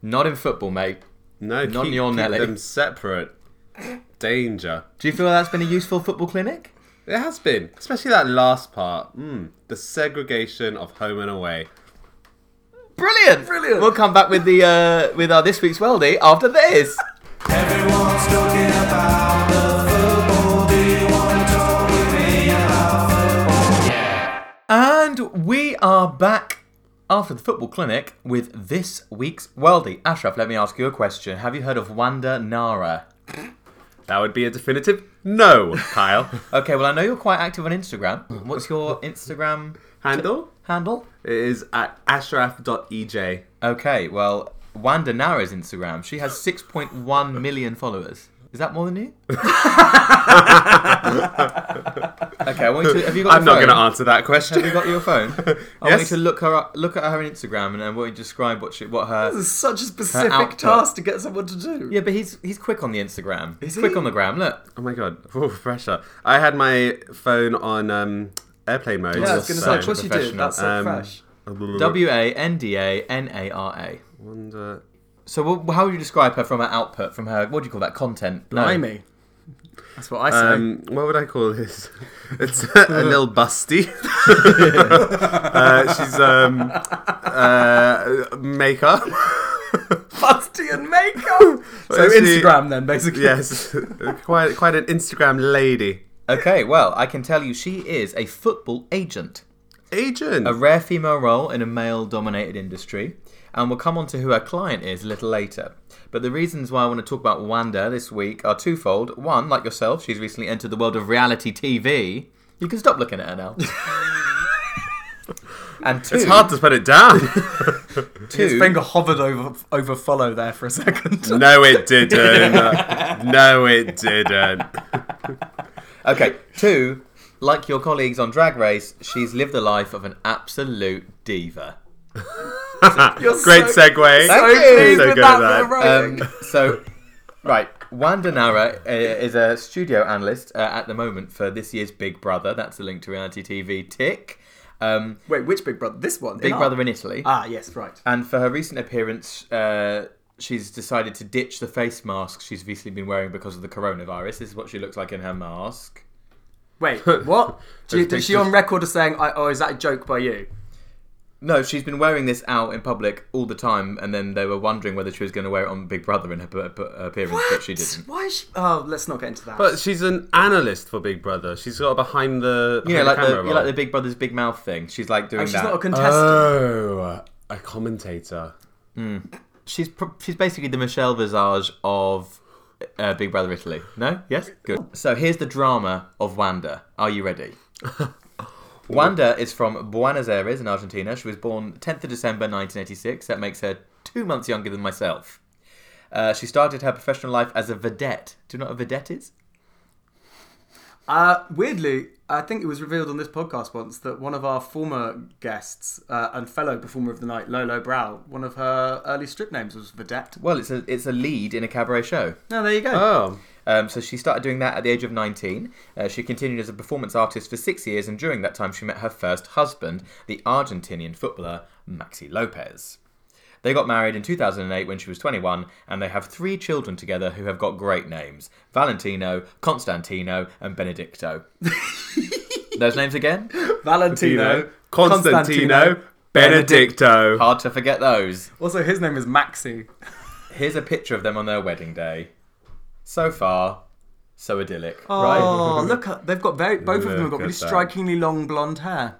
Not in football, mate.
No,
Not
keep,
your
keep
Nelly.
them separate. Danger.
Do you feel that's been a useful football clinic?
It has been, especially that last part. Mm, the segregation of home and away.
Brilliant,
Brilliant.
We'll come back with the uh, with our this week's worldie after this.
Everyone's talking about the football. Do you want to talk with me about football? Yeah.
And we are back after the football clinic with this week's worldie. Ashraf, let me ask you a question. Have you heard of Wanda Nara?
That would be a definitive no, Kyle.
Okay, well I know you're quite active on Instagram. What's your Instagram
Handle
handle?
It is at ashraf.ej.
Okay, well Wanda Nara's Instagram. She has 6.1 million followers. Is that more than you? okay, I want you to, have you got?
I'm
your
not going
phone?
to answer that question.
Have you got your phone? I want you
Yes.
to look her up, look at her Instagram and then what you describe what she, what her
this is such a specific
output.
task to get someone to do.
Yeah, but he's he's quick on the Instagram. He's
he?
quick on the gram. Look,
Oh my god, Ooh, pressure. I had my phone on um, airplane mode.
Yeah, I was going to
So
say, of course you did.
professional.
That's so
Um,
fresh.
W A N D A N A R A.
Wonder-
So wh- how would you describe her from her output, from her what do you call that content? No.
Blimey. That's what I say.
Um, what would I call this? It's a little busty. uh, she's um, uh, makeup.
Busty and makeup. so
Actually-
Instagram then, basically.
yes, quite quite an Instagram lady.
Okay, well I can tell you she is a football agent,
Agent.
a rare female role in a male-dominated industry, and we'll come on to who her client is a little later. But the reasons why I want to talk about Wanda this week are twofold. One, like yourself, she's recently entered the world of reality TV. You can stop looking at her now. and two,
it's hard to put it down.
His
two-
finger hovered over over follow there for a second.
no, it didn't. No, it didn't.
Okay, two, like your colleagues on Drag Race, she's lived the life of an absolute diva.
You're
Great
so- So
segue.
Thank you.
pleased
So
with that
good at
bit
that.
of writing.
Um, so, right, Wanda Nara uh, is a studio analyst uh, at the moment for this year's Big Brother. That's the link to reality TV tick. Um,
Wait, which Big Brother? This one.
Big
in
Brother
art.
in Italy.
Ah, yes, right.
And for her recent appearance, uh, she's decided to ditch the face mask she's recently been wearing because of the coronavirus. This is what she looks like in her mask.
Wait, what? Do you,
Those
is she on
pictures-
record as saying, I, "Oh, is that a joke by you?"
No, she's been wearing this out in public all the time, and then they were wondering whether she was going to wear it on Big Brother in her p- p- appearance, but she didn't.
Why is she? Oh, let's not get into that.
But she's an analyst for Big Brother. She's got a behind the
You know,
behind
like the,
camera
you know, like
role.
the Big Brother's Big Mouth thing. She's like doing
she's
that.
not a contestant.
Oh, a commentator.
she's pr- she's basically the Michelle Visage of uh, Big Brother Italy. No, yes, good. So here's the drama of Wanda. Are you ready? Wanda is from Buenos Aires in Argentina. She was born 10th of December 1986. That makes her two months younger than myself. Uh, she started her professional life as a vedette. Do you know what a vedette is?
Uh, weirdly, I think it was revealed on this podcast once that one of our former guests uh, and fellow performer of the night, Lolo Brow, one of her early strip names was Vedette.
Well, it's a it's a lead in a cabaret show.
No, there you go.
Oh,
Um, so she started doing that at the age of 19. Uh, she continued as a performance artist for six years, and during that time, she met her first husband, the Argentinian footballer Maxi Lopez. They got married in 2008 when she was 21, and they have three children together who have got great names Valentino, Constantino, and Benedicto. Those names again?
Valentino.
Tino, Constantino, Benedicto.
Hard to forget those.
Also, his name is Maxi.
Here's a picture of them on their wedding day. So far, so idyllic, right?
Oh, look, at, they've got very, both of them have got
Look
really
at that.
strikingly long blonde hair.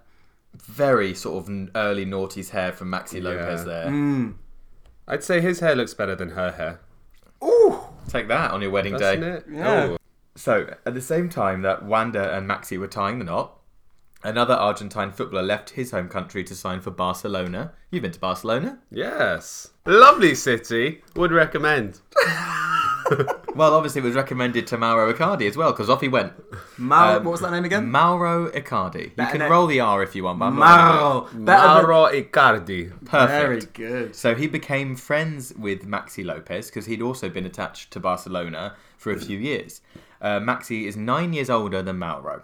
Very sort of n- early noughties hair from Maxi Lopez there.
I'd say his hair looks better than her hair,
Ooh!
Take that on your wedding
doesn't
day.
it?
Yeah.
Oh.
So, at the same time that Wanda and Maxi were tying the knot, another Argentine footballer left his home country to sign for Barcelona. You've been to Barcelona?
Yes. Lovely city. Would recommend.
Well, obviously, it was recommended to Mauro Icardi as well, because off he went.
Mal-
Um,
what was that name again?
Mauro Icardi. You can
name-
roll the R if you want, but I'm not gonna do
Mauro. Better
Mauro Icardi.
it.
than-
Perfect.
Very good.
So he became friends with Maxi Lopez because he'd also been attached to Barcelona for a few years. Uh, Maxi is nine years older than Mauro,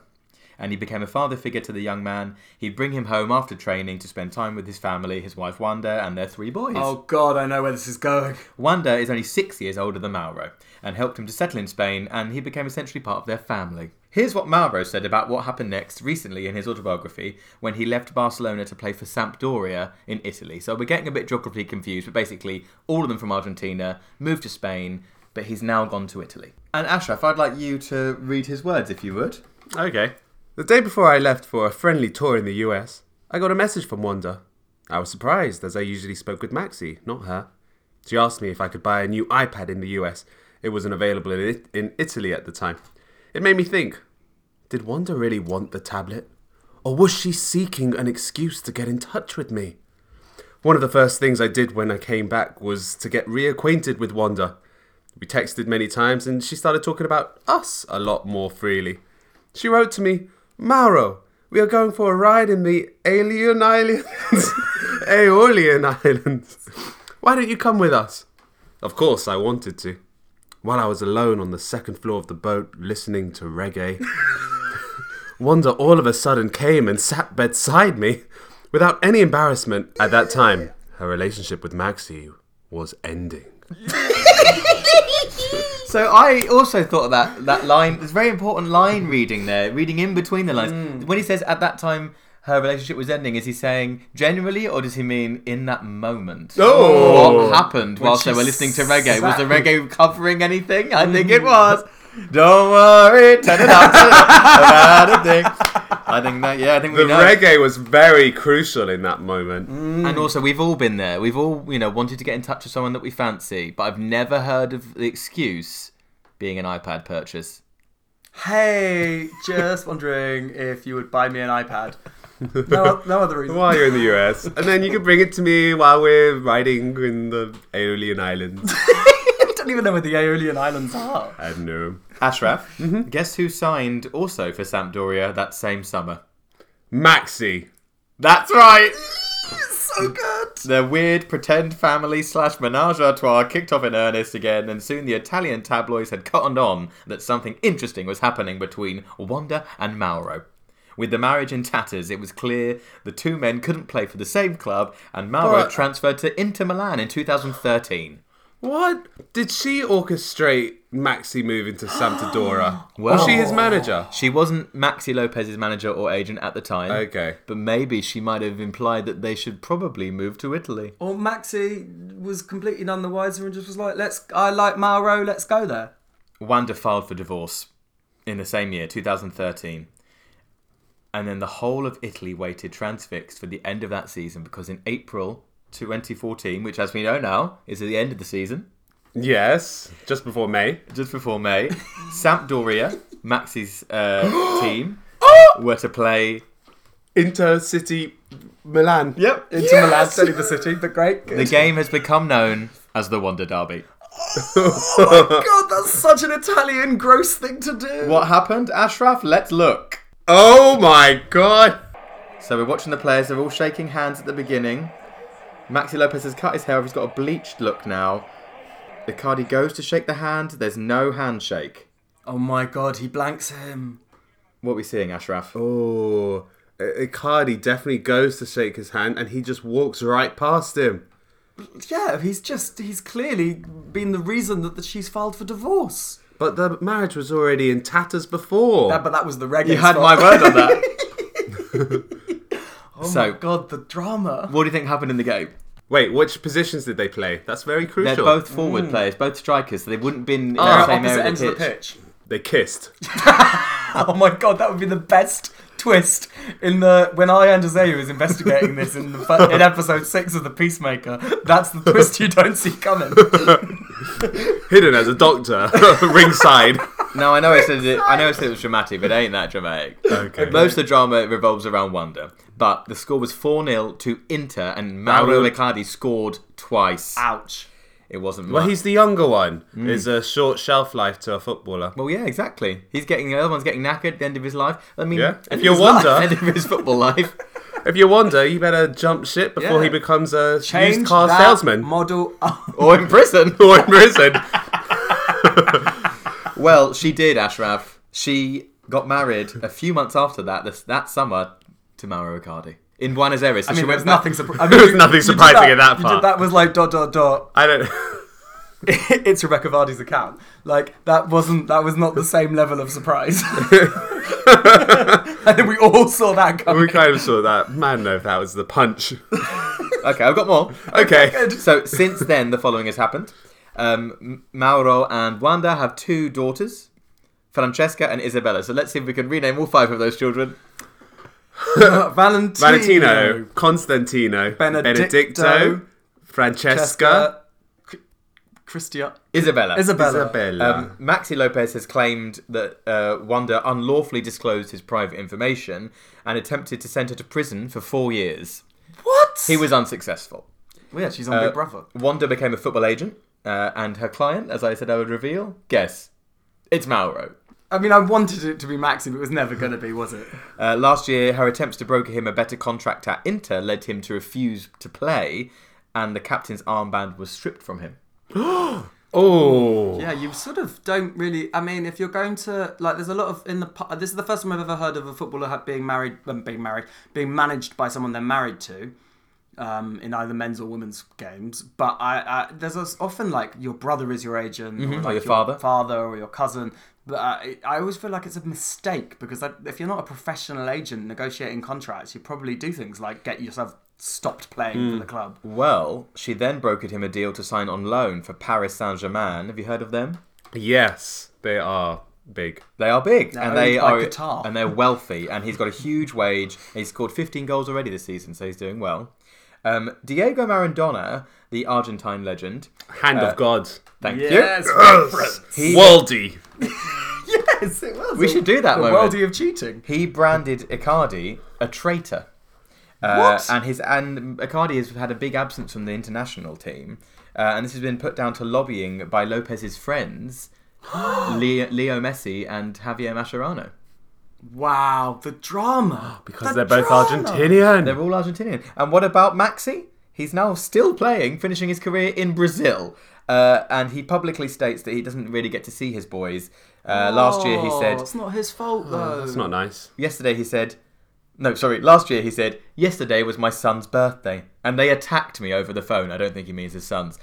and he became a father figure to the young man. He'd bring him home after training to spend time with his family, his wife Wanda, and their three boys.
Oh, God, I know where this is going.
Wanda is only six years older than Mauro and helped him to settle in Spain, and he became essentially part of their family. Here's what Mauro said about what happened next recently in his autobiography when he left Barcelona to play for Sampdoria in Italy. So we're getting a bit geographically confused, but basically, all of them from Argentina moved to Spain, but he's now gone to Italy. And Ashraf, I'd like you to read his words if you would.
Okay. The day before I left for a friendly tour in the US, I got a message from Wanda. I was surprised as I usually spoke with Maxie, not her. She asked me if I could buy a new iPad in the US. It wasn't available in, it- in Italy at the time. It made me think did Wanda really want the tablet? Or was she seeking an excuse to get in touch with me? One of the first things I did when I came back was to get reacquainted with Wanda. We texted many times and she started talking about us a lot more freely. She wrote to me, Mauro, we are going for a ride in the Alien Islands. Aeolian Islands. Why don't you come with us? Of course, I wanted to. While I was alone on the second floor of the boat listening to reggae, Wanda all of a sudden came and sat beside me. Without any embarrassment, at that time, her relationship with Maxie was ending.
So I also thought of that that line. It's very important line reading there, reading in between the lines. When he says at that time her relationship was ending, is he saying generally, or does he mean in that moment?
Oh.
what happened whilst they
she
were listening to reggae? Was the
sat-
reggae covering anything? I think it was. Don't worry, Mm. turn it up. Turn it up about a thing. I think that yeah, I think
The
we know. Mm.
reggae was very crucial in that moment.
And also, we've all been there. We've all, you know, wanted to get in touch with someone that we fancy, but I've never heard of the excuse being an iPad purchase.
Hey, just wondering if you would buy me an iPad. No, no other reason.
While you're in the US, and then you can bring it to me while we're riding in the Aeolian Islands.
I don't even know where the Aeolian Islands are.
I don't know.
Ashraf,
Mm-hmm.
guess who signed also for Sampdoria that same summer?
Maxi.
That's right!
So good.
The weird pretend family slash menage a trois kicked off in earnest again, and soon the Italian tabloids had cottoned on that something interesting was happening between Wanda and Mauro. With the marriage in tatters, it was clear the two men couldn't play for the same club, and Mauro
Alright.
transferred to Inter Milan in 2013.
What? Did she orchestrate Maxi moving to Sampdoria?
Well-
was she his manager?
She wasn't Maxi Lopez's manager or agent at the time.
Okay.
But maybe she might have implied that they should probably move to Italy.
Or Maxi was completely none the wiser and just was like, "Let's, I like Mauro, let's go there."
Wanda filed for divorce in the same year, 2013. And then the whole of Italy waited transfixed for the end of that season because in April 2014, which as we know now is at the end of the season,
Yes, just before May.
just before May, Sampdoria, Maxi's uh, team, were to play
Intercity Milan.
Yep.
Into Milan, certainly the city, but great.
The game has become known as the Wanda Derby.
Uh.
God, that's such an Italian gross thing to do.
What happened, Ashraf? Let's look.
Oh my god.
So we're watching the players. They're all shaking hands at the beginning. Maxi Lopez has cut his hair. off, He's got a bleached look now. Icardi goes to shake the hand. There's no handshake.
Oh my god, he blanks him.
What are we seeing, Ashraf?
Oh, I- Icardi definitely goes to shake his hand and he just walks right past him.
Yeah, he's just, he's clearly been the reason that, that she's filed for divorce.
But the marriage was already in tatters before.
Yeah, but that was the reggae.
You had
spot.
my word on that. so,
God, the drama.
what do you think happened in the game?
Wait, which positions did they play? That's very
They're
crucial.
both forward players, both strikers, so they wouldn't have been in
They're
the
at
same
Oh, Uh, opposite
area
ends
of the pitch.
They kissed.
Oh my god, that would be the best twist in the when I Andrzej is investigating this in the fir- in episode six of the Peacemaker. That's the twist you don't see coming.
Hidden as a doctor, ringside.
No, I know I said it, I know I said it was dramatic, but it ain't that dramatic.
Okay.
Most of the drama revolves around Wanda, but the score was 4 0 to Inter, and Mauro
Mauro-
Icardi scored twice.
Ouch.
It wasn't much.
Ah. Well, he's the younger one. Is a short shelf life to a footballer.
Well, yeah, exactly. He's getting the other one's getting knackered at the end of his life. I mean,
Yeah.
end
If you're
of his life,
Wanda-
end of his football life.
If you wonder, you better jump ship before
Yeah.
he becomes a used
Change
car
that
salesman
model.
Oh,
up.
or in prison.
or in prison.
well, she did, Ashraf. She got married a few months after that, this, that summer, to Mauro Icardi in Buenos Aires. So
I mean,
she
there
went
was
back-
nothing surprising. I mean,
was
you-
nothing
you did
surprising in that
you
part.
Did, that was like dot dot dot.
I don't.
it's Rebecca Vardy's account. Like that wasn't that was not the same level of surprise. I think we all saw that coming.
We kind of saw that. Man, no, if that was the punch.
Okay, I've got more.
Okay.
So since then, the following has happened. Um, M- Mauro and Wanda have two daughters, Francesca and Isabella. So let's see if we can rename all five of those children.
Valentino.
Valentino, Constantino,
Benedicto,
Benedicto, Francesca,
Jessica. Christia.
Isabella.
Isabella.
Isabella.
Um, Maxi Lopez has claimed that uh, Wanda unlawfully disclosed his private information and attempted to send her to prison for four years.
What?
He was unsuccessful.
Well, yeah, she's on Big Brother.
Wanda became a football agent, uh, and her client, as I said I would reveal, guess, it's Mauro.
I mean, I wanted it to be Maxi, but it was never going to be, was it?
Uh, last year, her attempts to broker him a better contract at Inter led him to refuse to play, and the captain's armband was stripped from him.
oh.
Yeah, you sort of don't really. I mean, if you're going to like, there's a lot of in the. pa- This is the first time I've ever heard of a footballer ha- being married, um, being married, being managed by someone they're married to, um, in either men's or women's games. But I, I there's us- often like your brother is your agent, or, like,
Mm-hmm. your father.
father or your cousin. But I, I always feel like it's a mistake because that, if you're not a professional agent negotiating contracts, you probably do things like get yourself stopped playing
Mm.
for the club.
Well, she then brokered him a deal to sign on loan for Paris Saint Germain. Have you heard of them?
Yes, they are big.
They are big, and they
owned by
are
Qatar.
and they're wealthy, and he's got a huge wage. and He's scored 15 goals already this season, so he's doing well. Um, Diego Maradona, the Argentine legend,
Hand of God.
thank you. He,
Waldy.
yes, it was.
we should do that
The
moment.
worldie of cheating.
he branded Icardi a traitor. Uh,
What?
And his and Icardi has had a big absence from the international team, uh, and this has been put down to lobbying by Lopez's friends, Leo, Leo Messi and Javier Mascherano.
Wow, the drama.
Because
The
they're both
drama.
Argentinian.
They're all Argentinian. And what about Maxi? He's now still playing, finishing his career in Brazil. Uh, and he publicly states that he doesn't really get to see his boys. Uh, last year he said,
Oh,
"Oh,
"It's not his fault though."
That's not nice.
yesterday he said, no, sorry, last year he said, yesterday was my son's birthday. And they attacked me over the phone. I don't think he means his son's.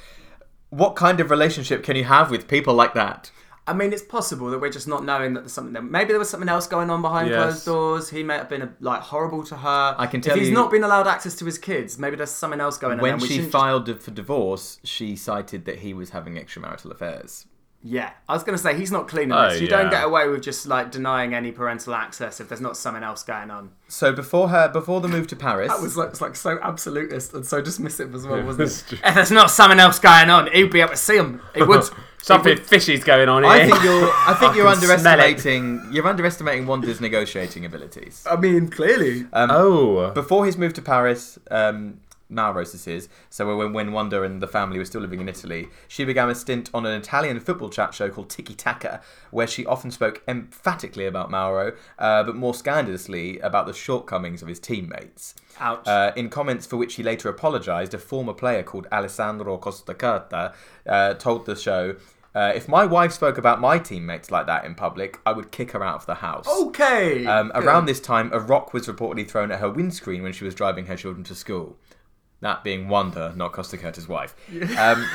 What kind of relationship can you have with people like that?
I mean, it's possible that we're just not knowing that there's something. There. Maybe there was something else going on behind
Yes.
closed doors. He may have been like horrible to her.
I can tell
if he's
you-
not been allowed access to his kids. Maybe there's something else going on.
When
and we
she
shouldn't
filed for divorce, she cited that he was having extramarital affairs.
just- yeah, I was gonna say he's not clean.
Oh,
on this. You
yeah.
don't get away with just like denying any parental access if there's not something else going on.
So before her, before the move to Paris,
That was like, it's like so absolutist and so dismissive as well, wasn't it?
If there's not something else going on, he'd be able to see him. He would.
Something fishy's going on here.
I think you're. I think you're
can smell it.
underestimating. You're underestimating Wanda's negotiating abilities.
I mean, clearly.
oh.
Before his move to Paris, um, Malrosis is. So when, when Wonder and the family were still living in Italy, she began a stint on an Italian football chat show called Tiki Taka, where she often spoke emphatically about Mauro, uh, but more scandalously about the shortcomings of his teammates.
Ouch.
Uh, in comments for which he later apologised, a former player called Alessandro Costacarta uh, told the show, uh, If my wife spoke about my teammates like that in public, I would kick her out of the house.
Oh, Okay.
Um, around this time, a rock was reportedly thrown at her windscreen when she was driving her children to school. That being Wanda, not Costa Curtis' wife. Um,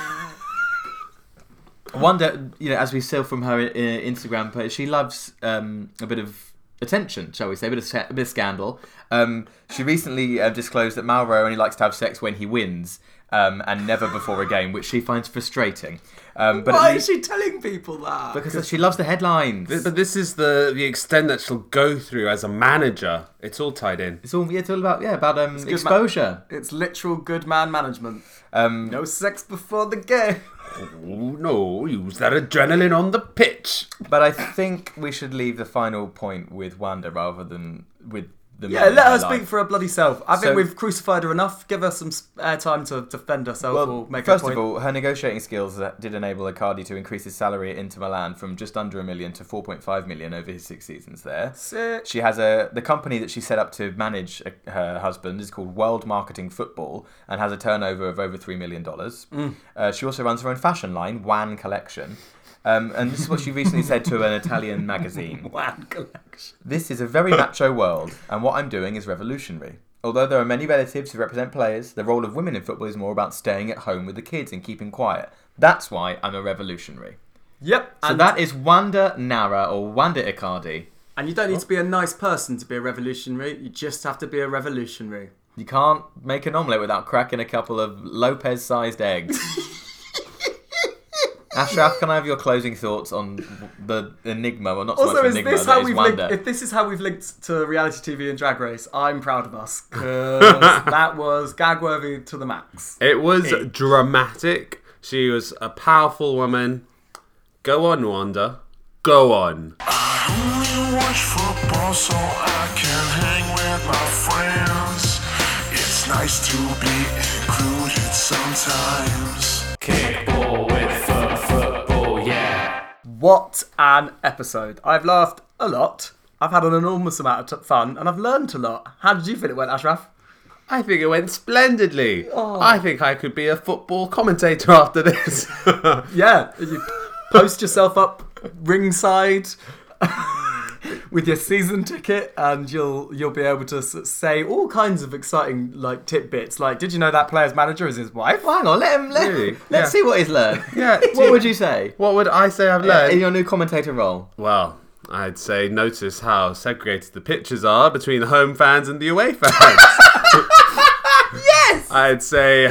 Wanda, you know, as we saw from her uh, Instagram page, she loves um, a bit of attention, shall we say, a bit of, sca- a bit of scandal. Um, she recently uh, disclosed that Malro only likes to have sex when he wins um, and never before a game, which she finds frustrating. Um, but at
Why is
least-
she telling people that?
because she loves the headlines.
But this is the the extent that she'll go through as a manager. It's all tied in.
It's all, yeah, it's all about yeah about um,
good ma-
exposure.
It's literal good man management.
um,
no sex before the game.
Oh no! Use that adrenaline on the pitch.
But I think we should leave the final point with Wanda rather than with the
Yeah, let her
us
speak for her bloody self. I
So-
think we've crucified her enough. Give her some spare time to defend herself or make
first
her
of
point.
all, her negotiating skills uh, did enable Icardi to increase his salary at Inter Milan from just under a million to 4.5 million over his six seasons there.
Sick.
She has a the company that she set up to manage uh, her husband is called World Marketing Football and has a turnover of over three million dollars.
Mm.
Uh, she also runs her own fashion line, Wan Collection. Um, and this is what she recently said to an Italian magazine.
Wan collection.
This is a very macho world, and what I'm doing is revolutionary. Although there are many relatives who represent players, the role of women in football is more about staying at home with the kids and keeping quiet. That's why I'm a revolutionary.
Yep.
So
And,
that is Wanda Nara or Wanda Icardi.
And you don't need to be a nice person to be a revolutionary. You just have to be a revolutionary.
You can't make an omelette without cracking a couple of Lopez sized eggs. Ashraf, can I have your closing thoughts on the enigma? Well, not so
also,
much
is
enigma,
this
but
how
it's
we've linked,
Wanda.
if this is how we've linked to reality TV and Drag Race, I'm proud of us 'cause that was gag worthy to the max.
It was dramatic. She was a powerful woman. Go on, Wanda. Go on.
I only watch football so I can hang with my friends. It's nice to be included sometimes.
What an episode! I've laughed a lot. I've had an enormous amount of t- fun, and I've learned a lot. How did you feel it went, Ashraf?
I think it went splendidly. I think I could be a football commentator after this.
Yeah, you post yourself up ringside with your season ticket, and you'll you'll be able to s- say all kinds of exciting like tidbits. Like, did you know that player's manager is his wife?
Hang on, let him. Let,
Really?
Let's
Yeah.
see what he's learned.
Yeah,
What
do-
would you say?
what would I say I've
in
learned?
your new commentator role.
Well, I'd say notice how segregated the pitches are between the home fans and the away fans. yes! I'd say,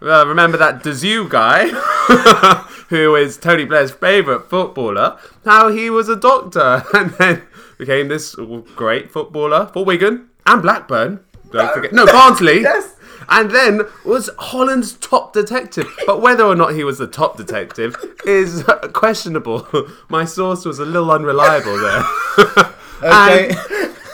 well, remember that Dazu guy, who is Tony Blair's favourite footballer, how he was a doctor and then became this great footballer for Wigan and Blackburn. Don't forget. No, Barnsley.
Yes.
And then was Holland's top detective. But whether or not he was the top detective is questionable. My source was a little unreliable there.
Okay.
And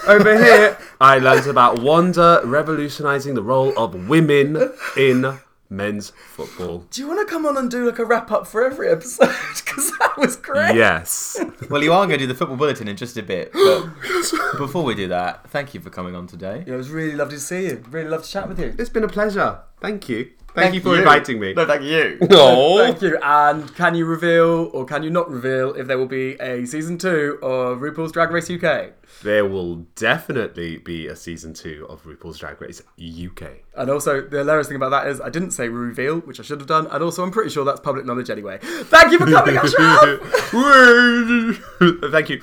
over here, I learned about Wanda revolutionising the role of women in men's football.
Do you want to come on and do like a wrap up for every episode? Because that was great.
Yes.
Well, you are going to do the football bulletin in just a bit. But before we do that, thank you for coming on today.
It was really lovely to see you. Really loved to chat with you.
It's been a pleasure. Thank you. Thank, you for inviting me.
thank you.
No.
Thank you. And can you reveal or can you not reveal if there will be a season two of RuPaul's Drag Race UK?
There will definitely be a season two of RuPaul's Drag Race UK.
And also, the hilarious thing about that is I didn't say reveal, which I should have done. And also, I'm pretty sure that's public knowledge anyway. Thank you for coming, Ashraf.
Thank you.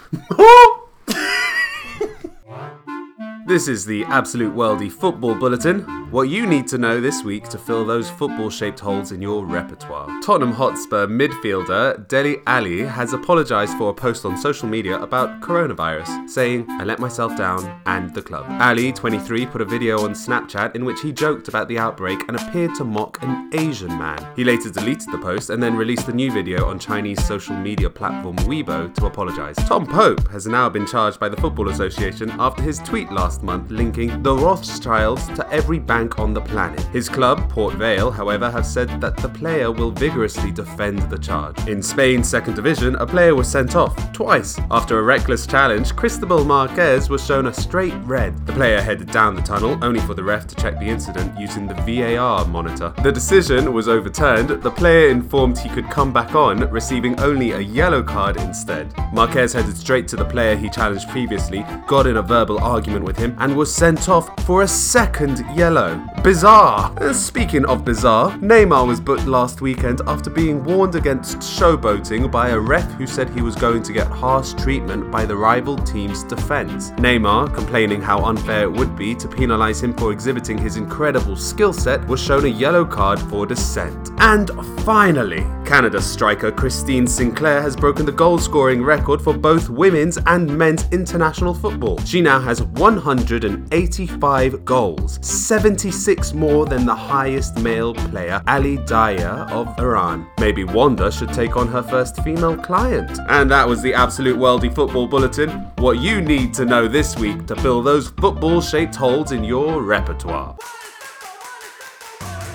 this is the Absolute Worldy Football Bulletin. What you need to know this week to fill those football shaped holes in your repertoire. Tottenham Hotspur midfielder Deli Ali has apologised for a post on social media about coronavirus, saying, I let myself down and the club. Ali, 23, put a video on Snapchat in which he joked about the outbreak and appeared to mock an Asian man. He later deleted the post and then released a new video on Chinese social media platform Weibo to apologise. Tom Pope has now been charged by the Football Association after his tweet last last month linking the Rothschilds to every bank on the planet. His club, Port Vale, however, have said that the player will vigorously defend the charge. In Spain's second division, a player was sent off twice. After a reckless challenge, Cristobal Marquez was shown a straight red. The player headed down the tunnel only for the ref to check the incident using the VAR monitor. The decision was overturned. The player informed he could come back on, receiving only a yellow card instead. Marquez headed straight to the player he challenged previously, got in a verbal argument with him, and was sent off for a second yellow. Bizarre! Uh, Speaking of bizarre, Neymar was booked last weekend after being warned against showboating by a ref who said he was going to get harsh treatment by the rival team's defense. Neymar, complaining how unfair it would be to penalize him for exhibiting his incredible skill set, was shown a yellow card for dissent. And finally, Canada striker Christine Sinclair has broken the goal scoring record for both women's and men's international football. She now has 185 goals, 76 more than the highest male player, Ali Daya of Iran. Maybe Wanda should take on her first female client. And that was the Absolute Worldy Football Bulletin. What you need to know this week to fill those football shaped holes in your repertoire.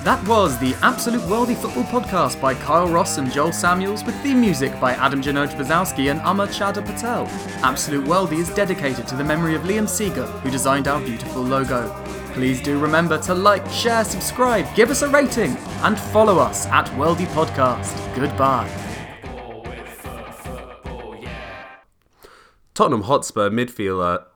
That was the Absolute Worldy Football Podcast by Kyle Ross and Joel Samuels, with theme music by Adam Janoj Bazowski and Amar Chadha Patel. Absolute Worldy is dedicated to the memory of Liam Seeger, who designed our beautiful logo. Please do remember to like, share, subscribe, give us a rating, and follow us at Worldy Podcast. Goodbye.
Tottenham Hotspur midfielder
Oh,